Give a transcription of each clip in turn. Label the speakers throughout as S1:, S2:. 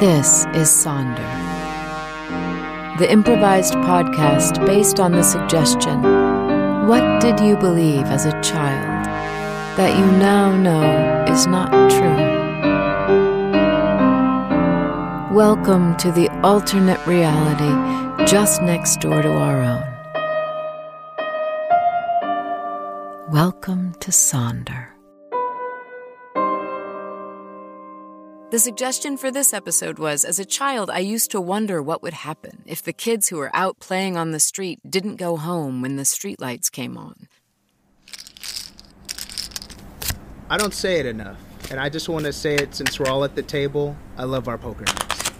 S1: This is Sonder, the improvised podcast based on the suggestion What did you believe as a child that you now know is not true? Welcome to the alternate reality just next door to our own. Welcome to Sonder. The suggestion for this episode was As a child, I used to wonder what would happen if the kids who were out playing on the street didn't go home when the streetlights came on.
S2: I don't say it enough, and I just want to say it since we're all at the table. I love our poker nights.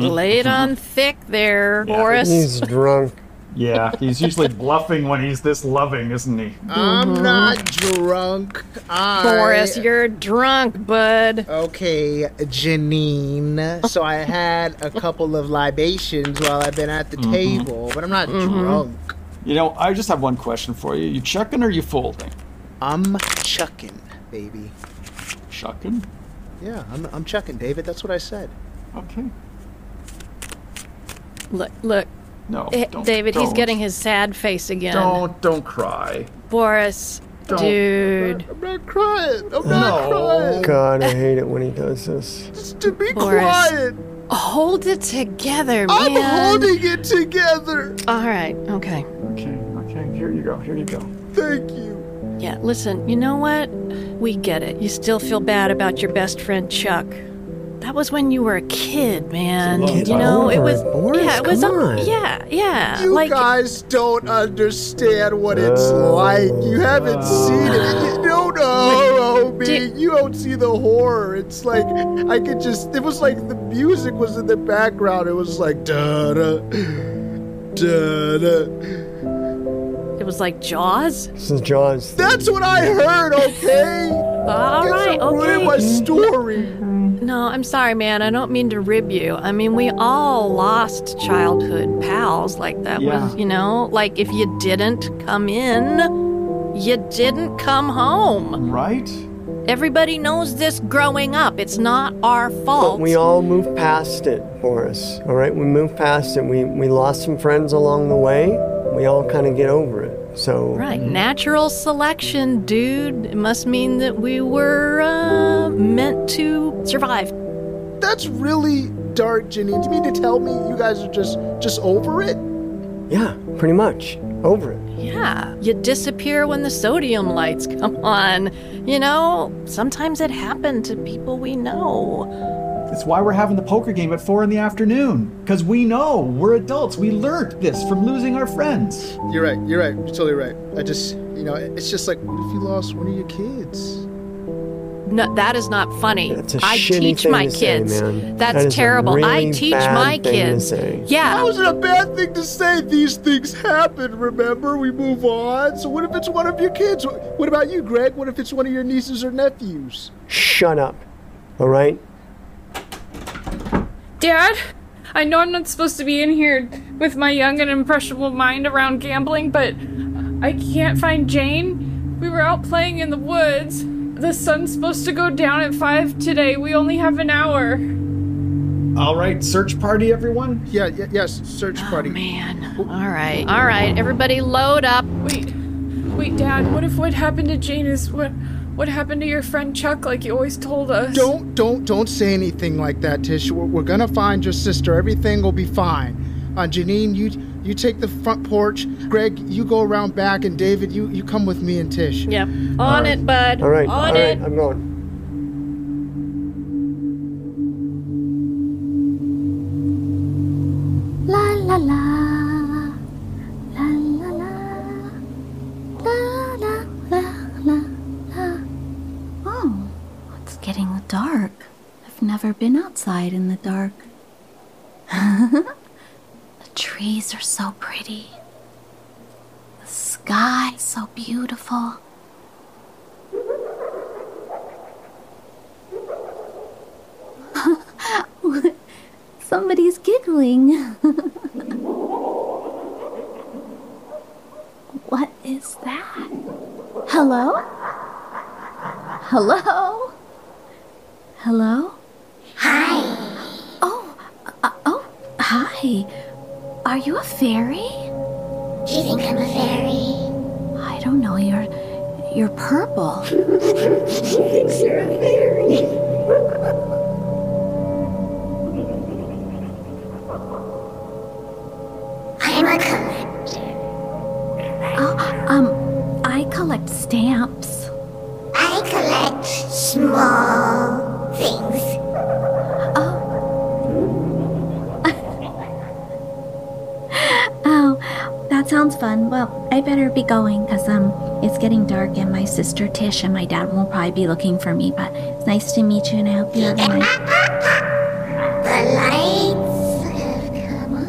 S3: Lay it on thick there, Boris.
S4: He's drunk.
S5: Yeah, he's usually bluffing when he's this loving, isn't he?
S2: I'm not drunk. I...
S3: Mm-hmm. Boris, you're drunk, bud.
S2: Okay, Janine. So I had a couple of libations while I've been at the
S3: Mm-hmm.
S2: table, but I'm not drunk.
S5: You know, I just have one question for you. You chucking or you folding?
S2: I'm chucking, baby.
S5: Chucking?
S2: Yeah, I'm, I'm chucking, David. That's what I said.
S5: Okay.
S3: Look, look,
S5: No.
S3: eh,
S5: don't-
S3: David, he's
S5: don't.
S3: getting his sad face again.
S5: Don't don't cry.
S3: Boris,
S5: Don't.
S3: dude.
S2: I'm not crying. I'm
S5: No. crying.
S4: God, I hate it when he does this.
S2: Just to be
S3: Boris. quiet. Hold it together, man.
S2: it together.
S3: All right, okay.
S5: Okay, okay, here you go, here you go.
S2: Thank you.
S3: Yeah, listen, you know what? We get it. You still feel bad about your best friend Chuck. That was when you were a kid, man.
S5: Get
S3: you know, it
S4: over
S3: was
S4: it, Boris,
S3: yeah, it was
S4: come
S3: a-
S4: on.
S3: yeah, yeah. like
S2: guys don't understand what it's
S4: Oh.
S2: like. You haven't seen it. You don't know me.
S3: Do-
S2: You don't see the horror. It's like I could just. It was like the music was in the background. It was like da da da da.
S3: it was like Jaws.
S4: This is Jaws.
S2: That's what I heard. Okay.
S3: Uh, All
S2: Guess
S3: right,
S2: I ruined
S3: okay.
S2: my story.
S3: No, I'm sorry, man. I don't mean to rib you. I mean, we all lost childhood pals. Like, that was,
S5: Yeah.
S3: you know, like if you didn't come in, you didn't come home.
S5: Right?
S3: Everybody knows this growing up. It's not our fault.
S4: But we all move past it, Boris. All right, we move past it. We we lost some friends along the way. We all kind of get over it. So
S3: right. Natural selection, dude. It must mean that we were uh, meant to survive.
S2: That's really dark, Janine. Do you mean to tell me you guys are just just over it?
S4: yeah, pretty much over it.
S3: Yeah, you disappear when the sodium lights come on. You know, sometimes it happened to people we know.
S5: It's why we're having the poker game at four in the afternoon. Because we know we're adults. We learned this from losing our friends.
S2: You're right. You're right. You're totally right. I just, you know, it's just like, what if you lost one of your kids?
S3: No, that is not funny.
S4: That's a
S3: I
S4: shitty
S3: teach
S4: thing
S3: my
S4: to say,
S3: kids.
S4: man.
S3: That's
S4: That is a
S3: terrible. I
S4: really
S3: teach
S4: bad
S3: my
S4: thing to
S3: kids.
S4: say.
S2: How
S3: Yeah.
S6: Oh,
S2: is it a bad thing to say? These things happen. Remember, we move on. So what if it's one of your kids? Wh- What about you, Greg? What if it's one of your nieces or nephews?
S4: Shut up. All right.
S7: Dad, I know I'm not supposed to be in here with my young and impressionable mind around gambling, but I can't find Jane. We were out playing in the woods. The sun's supposed to go down at 5 today. We only have an hour.
S5: All right, search party, everyone.
S2: Yeah. Y- yes. Search party.
S3: Man. All right. All right. Everybody load up.
S7: Wait. Wait, Dad, what if what happened to Jane is what what happened to your friend Chuck like you always told us?
S2: Don't, don't, don't say anything like that, Tish. We're, we're gonna find your sister. Everything will be fine. Uh, Janine, you you take the front porch. Greg, you go around back, and David, you you come with me and Tish.
S3: Yep. On it, bud.
S4: All right.
S3: On
S4: all
S3: it.
S4: right. I'm going.
S6: La la la. La la la. La la la la la. Oh, it's getting dark. I've never been outside in the dark. the trees are so pretty. The sky is so beautiful. Somebody's giggling. what is that? Hello? Hello? Hello? Hi. Hey, uh, oh, are you a fairy?
S8: Do you think I'm a fairy?
S6: I don't know. You're you're purple.
S8: She thinks you're a fairy. I'm a collector.
S6: Oh, um, I collect stamps.
S8: I collect small things.
S6: Oh. oh, that sounds fun. Well, I better be going because um, it's getting dark, and my sister Tish and my dad will probably be looking for me. But it's nice to meet you, and I hope you have a nice.
S8: The lights have come on.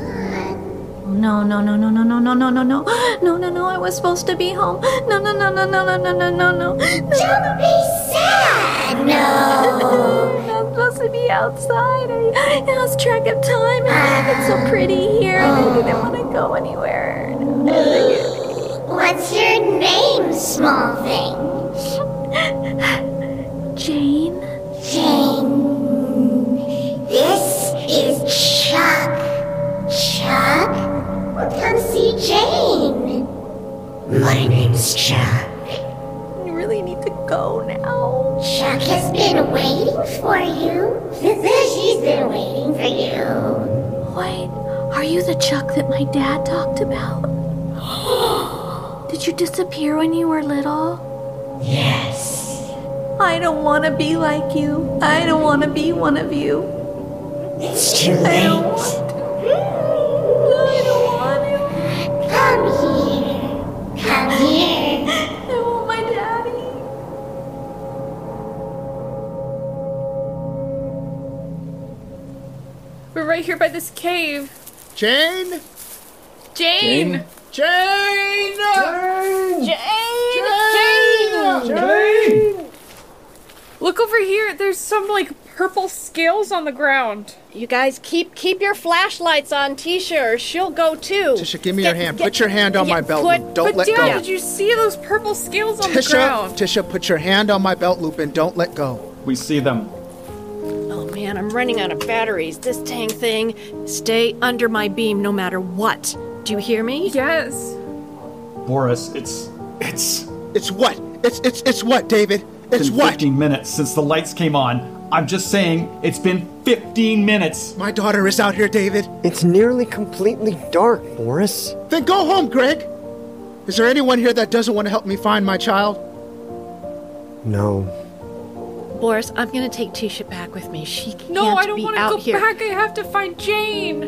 S6: No, no, no, no, no, no, no, no, no, no, no, no, no. I was supposed to be home. No, no, no, no, no, no, no, no, no, no.
S8: Don't be sad, no.
S6: I'm supposed to be outside. I, I lost track of time. It's so pretty here, and
S8: Oh.
S6: I didn't want to go anywhere.
S8: What's your name, small thing?
S6: Jane,
S8: Jane. This is Chuck. Chuck? Come see Jane. My name's Chuck.
S6: you really need to go now.
S8: Chuck has been waiting for you. She's been waiting for you.
S6: Wait, are you the Chuck that my dad talked about? Did you disappear when you were little?
S8: Yes.
S6: I don't want to be like you. I don't want to be one of you.
S8: It's too
S6: I don't
S8: late.
S6: want to. I don't want to.
S8: Come here. Come here.
S6: I want my daddy.
S7: We're right here by this cave.
S2: Jane?
S7: Jane!
S2: Jane!
S7: Jane! Jane!
S5: Jane!
S7: Look over here. There's some like purple scales on the ground.
S3: You guys keep keep your flashlights on Tisha, or she'll go too.
S2: Tisha, give me your hand. Put your hand on
S3: yeah,
S2: my belt
S3: put-
S2: loop. Don't
S7: but
S2: let
S7: Dad,
S2: go.
S7: did you see those purple scales on the
S2: Tisha,
S7: ground?
S2: Tisha, put your hand on my belt loop and don't let go.
S5: We see them.
S3: Oh man, I'm running out of batteries. This dang thing. Stay under my beam no matter what. Do you hear me?
S7: Yes.
S5: Boris, it's it's
S2: It's what? It's it's it's what, David? It's
S5: been
S2: what?
S5: 15 minutes since the lights came on. I'm just saying, it's been 15 minutes.
S2: My daughter is out here, David.
S4: It's nearly completely dark, Boris.
S2: Then go home, Greg. Is there anyone here that doesn't want to help me find my child?
S4: No.
S3: Boris, I'm gonna take Tisha back with me. She can't
S7: No, I don't
S3: be
S7: want
S3: out
S7: to go
S3: here.
S7: back. I have to find Jane.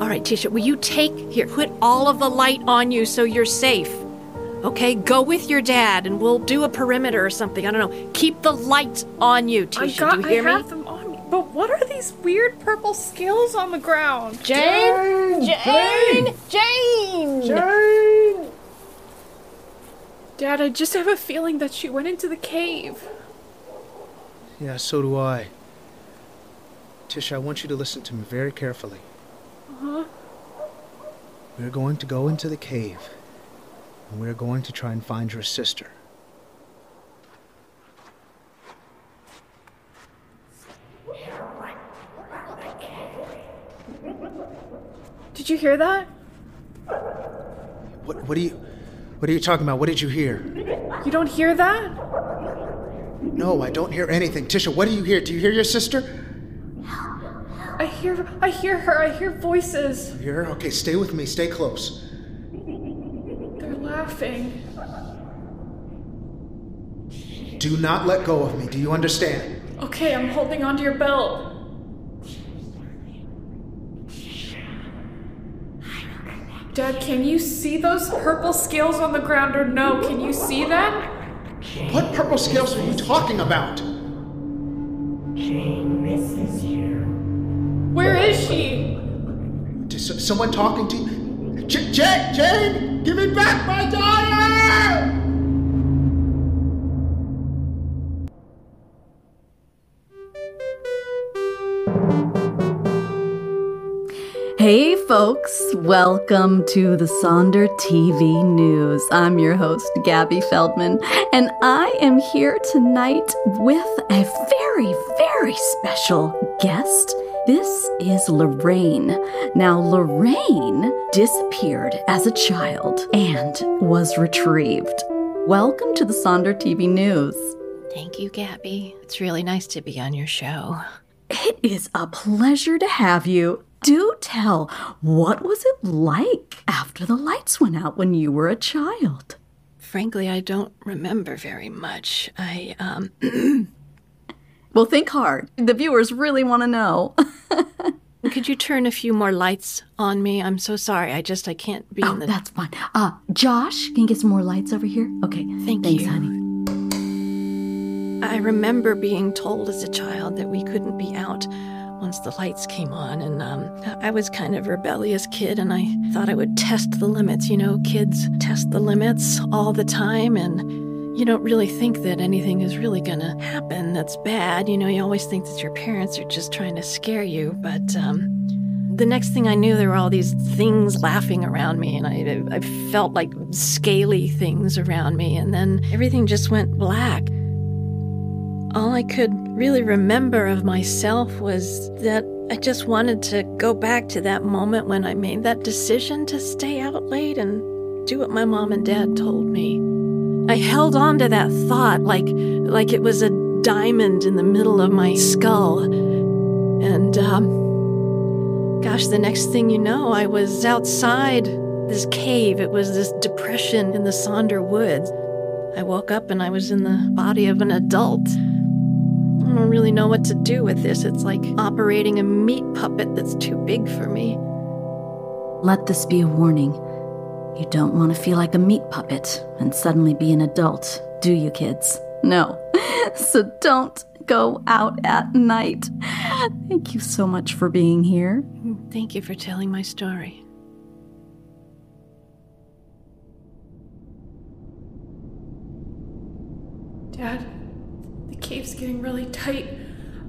S3: All right, Tisha, will you take here? Put all of the light on you so you're safe. Okay, go with your dad, and we'll do a perimeter or something. I don't know. Keep the lights on you,
S7: I
S3: Tisha.
S7: got.
S3: do you hear me?
S7: I have them on me. But what are these weird purple scales on the ground?
S5: Jane! Jane!
S3: Jane.
S5: Jane!
S7: Dad, I just have a feeling that she went into the cave.
S2: Yeah, so do I. Tisha, I want you to listen to me very carefully.
S7: Uh-huh.
S2: We're going to go into the cave, and we're going to try and find your sister.
S7: Did you hear that?
S2: What what are you what are you talking about? What did you hear?
S7: You don't hear that?
S2: No, I don't hear anything. Tisha, what do you hear? Do you hear your sister?
S7: I hear. I hear her. I hear voices.
S2: You hear? her? Okay, stay with me. Stay close.
S7: They're laughing.
S2: Do not let go of me. Do you understand?
S7: Okay, I'm holding onto your belt. Dad, can you see those purple scales on the ground or no? Can you see them?
S2: What purple scales are you talking about?
S7: Where is she?
S2: Is s- someone talking to you? J- Jane, Jane, give me back my daughter!
S9: Hey, folks, welcome to the Sonder TV News. I'm your host, Gabby Feldman, and I am here tonight with a very, very special guest. This is Lorraine. Now, Lorraine disappeared as a child and was retrieved. Welcome to the Sonder TV News.
S3: Thank you, Gabby. It's really nice to be on your show.
S9: It is a pleasure to have you. Do tell, what was it like after the lights went out when you were a child?
S3: Frankly, I don't remember very much. I, um,
S9: Well, think hard. The viewers really want to know.
S3: could you turn a few more lights on me? I'm so sorry. I just, I can't be in the.
S9: Oh, That's fine. Uh, Josh, can you get some more lights over here? Okay.
S3: Thank
S9: Thanks,
S3: you.
S9: honey.
S3: I remember being told as a child that we couldn't be out once the lights came on, and um, I was kind of a rebellious kid, and I thought I would test the limits. You know, kids test the limits all the time, and you don't really think that anything is really gonna happen that's bad. You know, you always think that your parents are just trying to scare you, but um, the next thing I knew, there were all these things laughing around me, and I, I felt like scaly things around me, and then everything just went black. All I could really remember of myself was that I just wanted to go back to that moment when I made that decision to stay out late and do what my mom and dad told me. I held on to that thought like like it was a diamond in the middle of my skull. And um gosh, the next thing you know, I was outside this cave. It was this depression in the Sonder woods. I woke up and I was in the body of an adult. I don't really know what to do with this. It's like operating a meat puppet that's too big for me.
S9: Let this be a warning. You don't want to feel like a meat puppet and suddenly be an adult, do you, kids? No. so don't go out at night. Thank you so much for being here.
S3: Thank you for telling my story.
S7: Dad, the cave's getting really tight.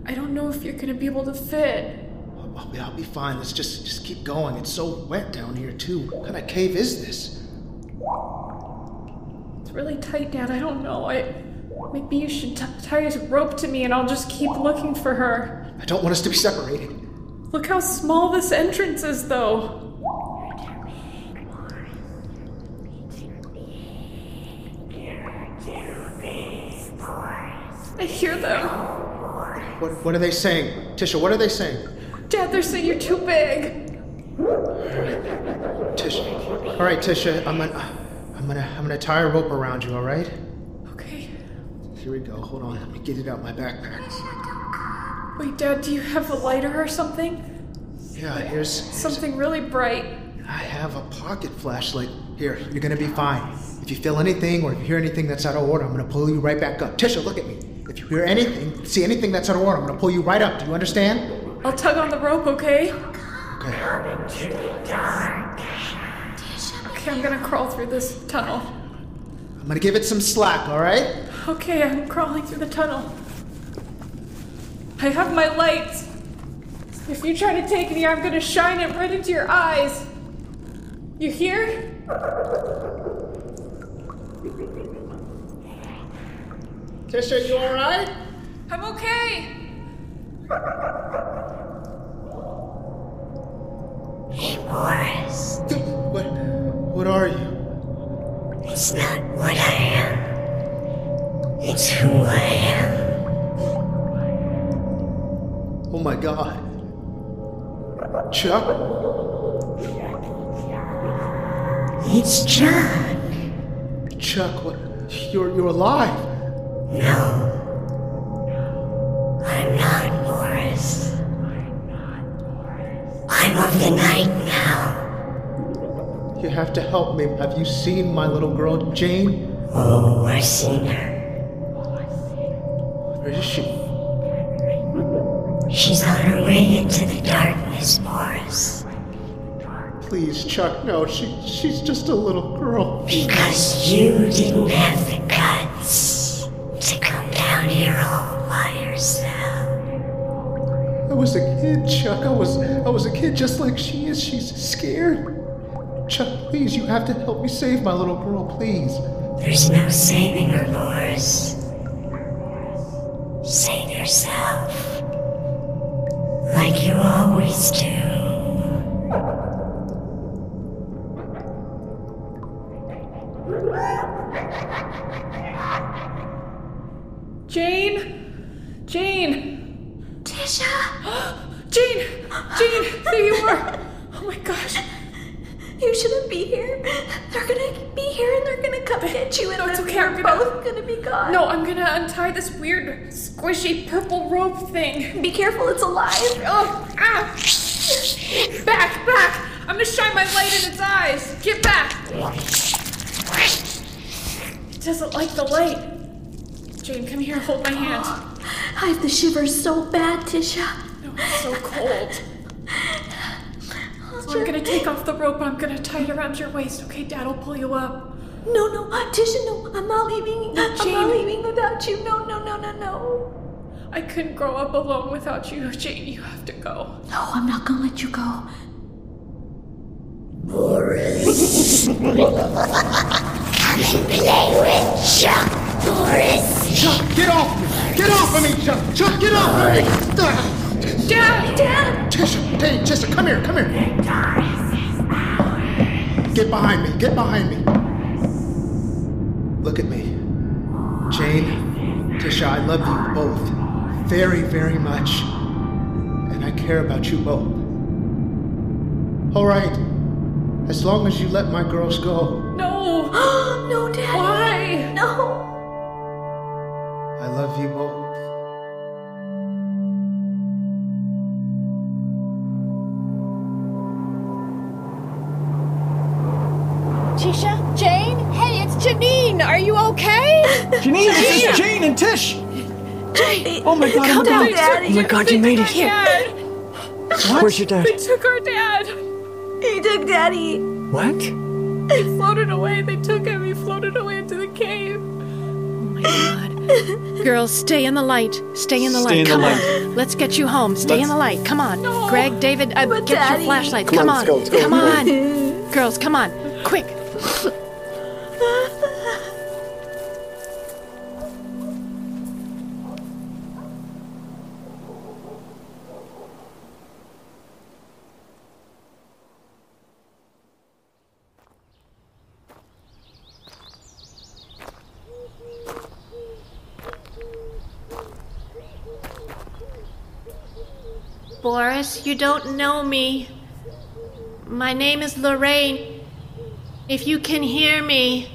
S7: I don't know if you're gonna be able to fit.
S2: I'll, I'll be, I'll be fine. Let's just just keep going. It's so wet down here too. What kind of cave is this?
S7: It's really tight, Dad. I don't know. I maybe you should t- tie a rope to me, and I'll just keep looking for her.
S2: I don't want us to be separated.
S7: Look how small this entrance is, though. I hear them.
S2: What what are they saying, Tisha? What are they saying,
S7: Dad, they're saying you're too big.
S2: Tisha? All right, Tisha. I'm gonna I'm gonna I'm gonna tie a rope around you. All right.
S7: Okay.
S2: Here we go. Hold on. Let me get it out my backpack.
S7: Wait, Dad, do you have a lighter or something?
S2: Yeah. Here's.
S7: Something really bright.
S2: I have a pocket flashlight. Here. You're gonna be fine. If you feel anything or if you hear anything that's out of order, I'm gonna pull you right back up. Tisha, look at me. If you hear anything, see anything that's out of order, I'm gonna pull you right up. Do you understand?
S7: I'll tug on the rope, okay?
S2: Okay.
S7: Okay, I'm gonna crawl through this tunnel.
S2: I'm gonna give it some slack. All right.
S7: Okay, I'm crawling through the tunnel. I have my lights. If you try to take me, I'm gonna shine it right into your eyes. You hear?
S2: Tisha, you all right?
S7: I'm okay.
S8: Hey, Boris,
S2: What? What are you?
S8: it's not what I am, it's who I am.
S2: Oh my God. Chuck.
S8: It's John.
S2: Chuck. What? You're you're alive.
S8: No, I'm not Boris. I'm of the night now.
S2: You have to help me. Have you seen my little girl, Jane?
S8: Oh, I seen her.
S2: Where is she?
S8: She's on her way into the darkness, Boris.
S2: Please, Chuck, no. She she's just a little girl.
S8: Because you didn't have the guts to come down here all by yourself.
S2: I was a kid, Chuck. I was I was a kid just like she is. She's scared. Chuck, please, you have to help me save my little girl, please.
S8: There's no saving her, Boris. Save yourself. Like you all
S7: Jane? Jane!
S6: Tisha,
S7: Jane! Jane! There you are! Oh my gosh!
S6: you shouldn't be here. They're gonna be here and they're gonna come get you, and
S7: No, it's
S6: then
S7: okay,
S6: we're
S7: I'm gonna-
S6: both gonna be gone.
S7: No, I'm gonna untie this weird, squishy purple rope thing.
S6: be careful, it's alive.
S7: Oh, ah! Back, back! I'm gonna shine my light in its eyes! Get back! It doesn't like the light. Jane, come here, hold my hand.
S6: I have the shivers so bad, Tisha.
S7: No, it's so cold. So I'm
S6: Sure.
S7: gonna take off the rope and I'm gonna tie it around your waist. Okay, Dad will pull you up.
S6: No, no, uh, Tisha, no. I'm not leaving. I'm
S7: Jane.
S6: not leaving without you. No, no, no, no, no.
S7: I couldn't grow up alone without you, Jane. You have to go.
S6: No, I'm not gonna let you go.
S2: Chuck, get off me! Get off of me, Chuck! Chuck, get off of me! Ah,
S7: Dad! Dad!
S2: Tisha, hey, Tisha, come here, come here. Get behind me, get behind me. Look at me. Jane, Tisha, I love you both very, very much. And I care about you both. All right. As long as you let my girls go,
S7: No!
S6: no, Dad.
S7: Why?
S6: No.
S2: I love you both.
S3: Tisha? Jane? Hey, it's Janine! Are you okay?
S5: Janine, this is Jane and Tish. Oh my god, I'm
S6: down,
S5: down.
S6: Daddy.
S4: Oh my god, you made it
S7: Here. Dad!
S4: Where's your dad?
S7: They took our dad!
S6: He took Daddy.
S4: What?
S7: He floated away. They took him. He floated away into the cave.
S3: Oh Girls, stay in the light. Stay in the
S5: Stay
S3: light.
S5: in the
S3: Come
S5: light.
S3: on. Let's get you home. Stay in the light. Come on. Greg, David, uh,
S6: But
S3: get
S6: Daddy-
S3: your flashlights.
S4: Come
S3: Come
S4: on,
S3: on.
S4: let's go, let's go.
S3: Come on. Girls, come on. Quick. Boris, you don't know me. My name is Lorraine. If you can hear me,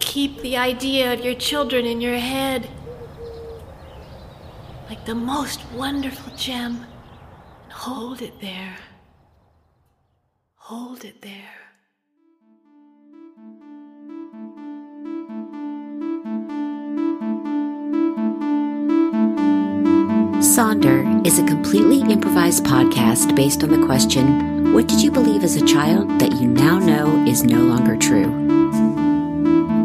S3: keep the idea of your children in your head like the most wonderful gem. And hold it there. Hold it there.
S10: Sonder is a completely improvised podcast based on the question What did you believe as a child that you now know is no longer true?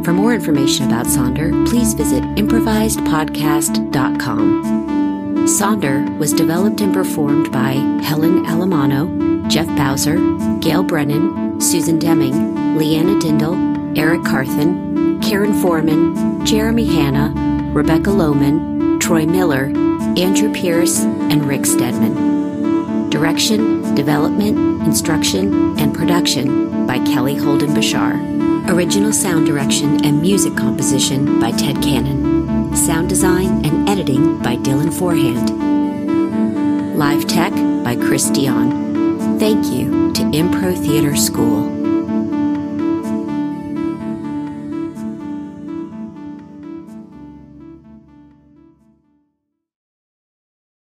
S10: For more information about Sonder, please visit improvisedpodcast.com. Sonder was developed and performed by Helen Alamano, Jeff Bowser, Gail Brennan, Susan Deming, Leanna Dindal, Eric Carthen, Karen Foreman, Jeremy Hanna, Rebecca Lohman, Troy Miller, Andrew Pierce, and Rick Stedman. Direction, development, instruction, and production by Kelly Holden Bashar. Original sound direction and music composition by Ted Cannon. Sound design and editing by Dylan Forehand. Live Tech by Chris Dion. Thank you to Impro Theater School.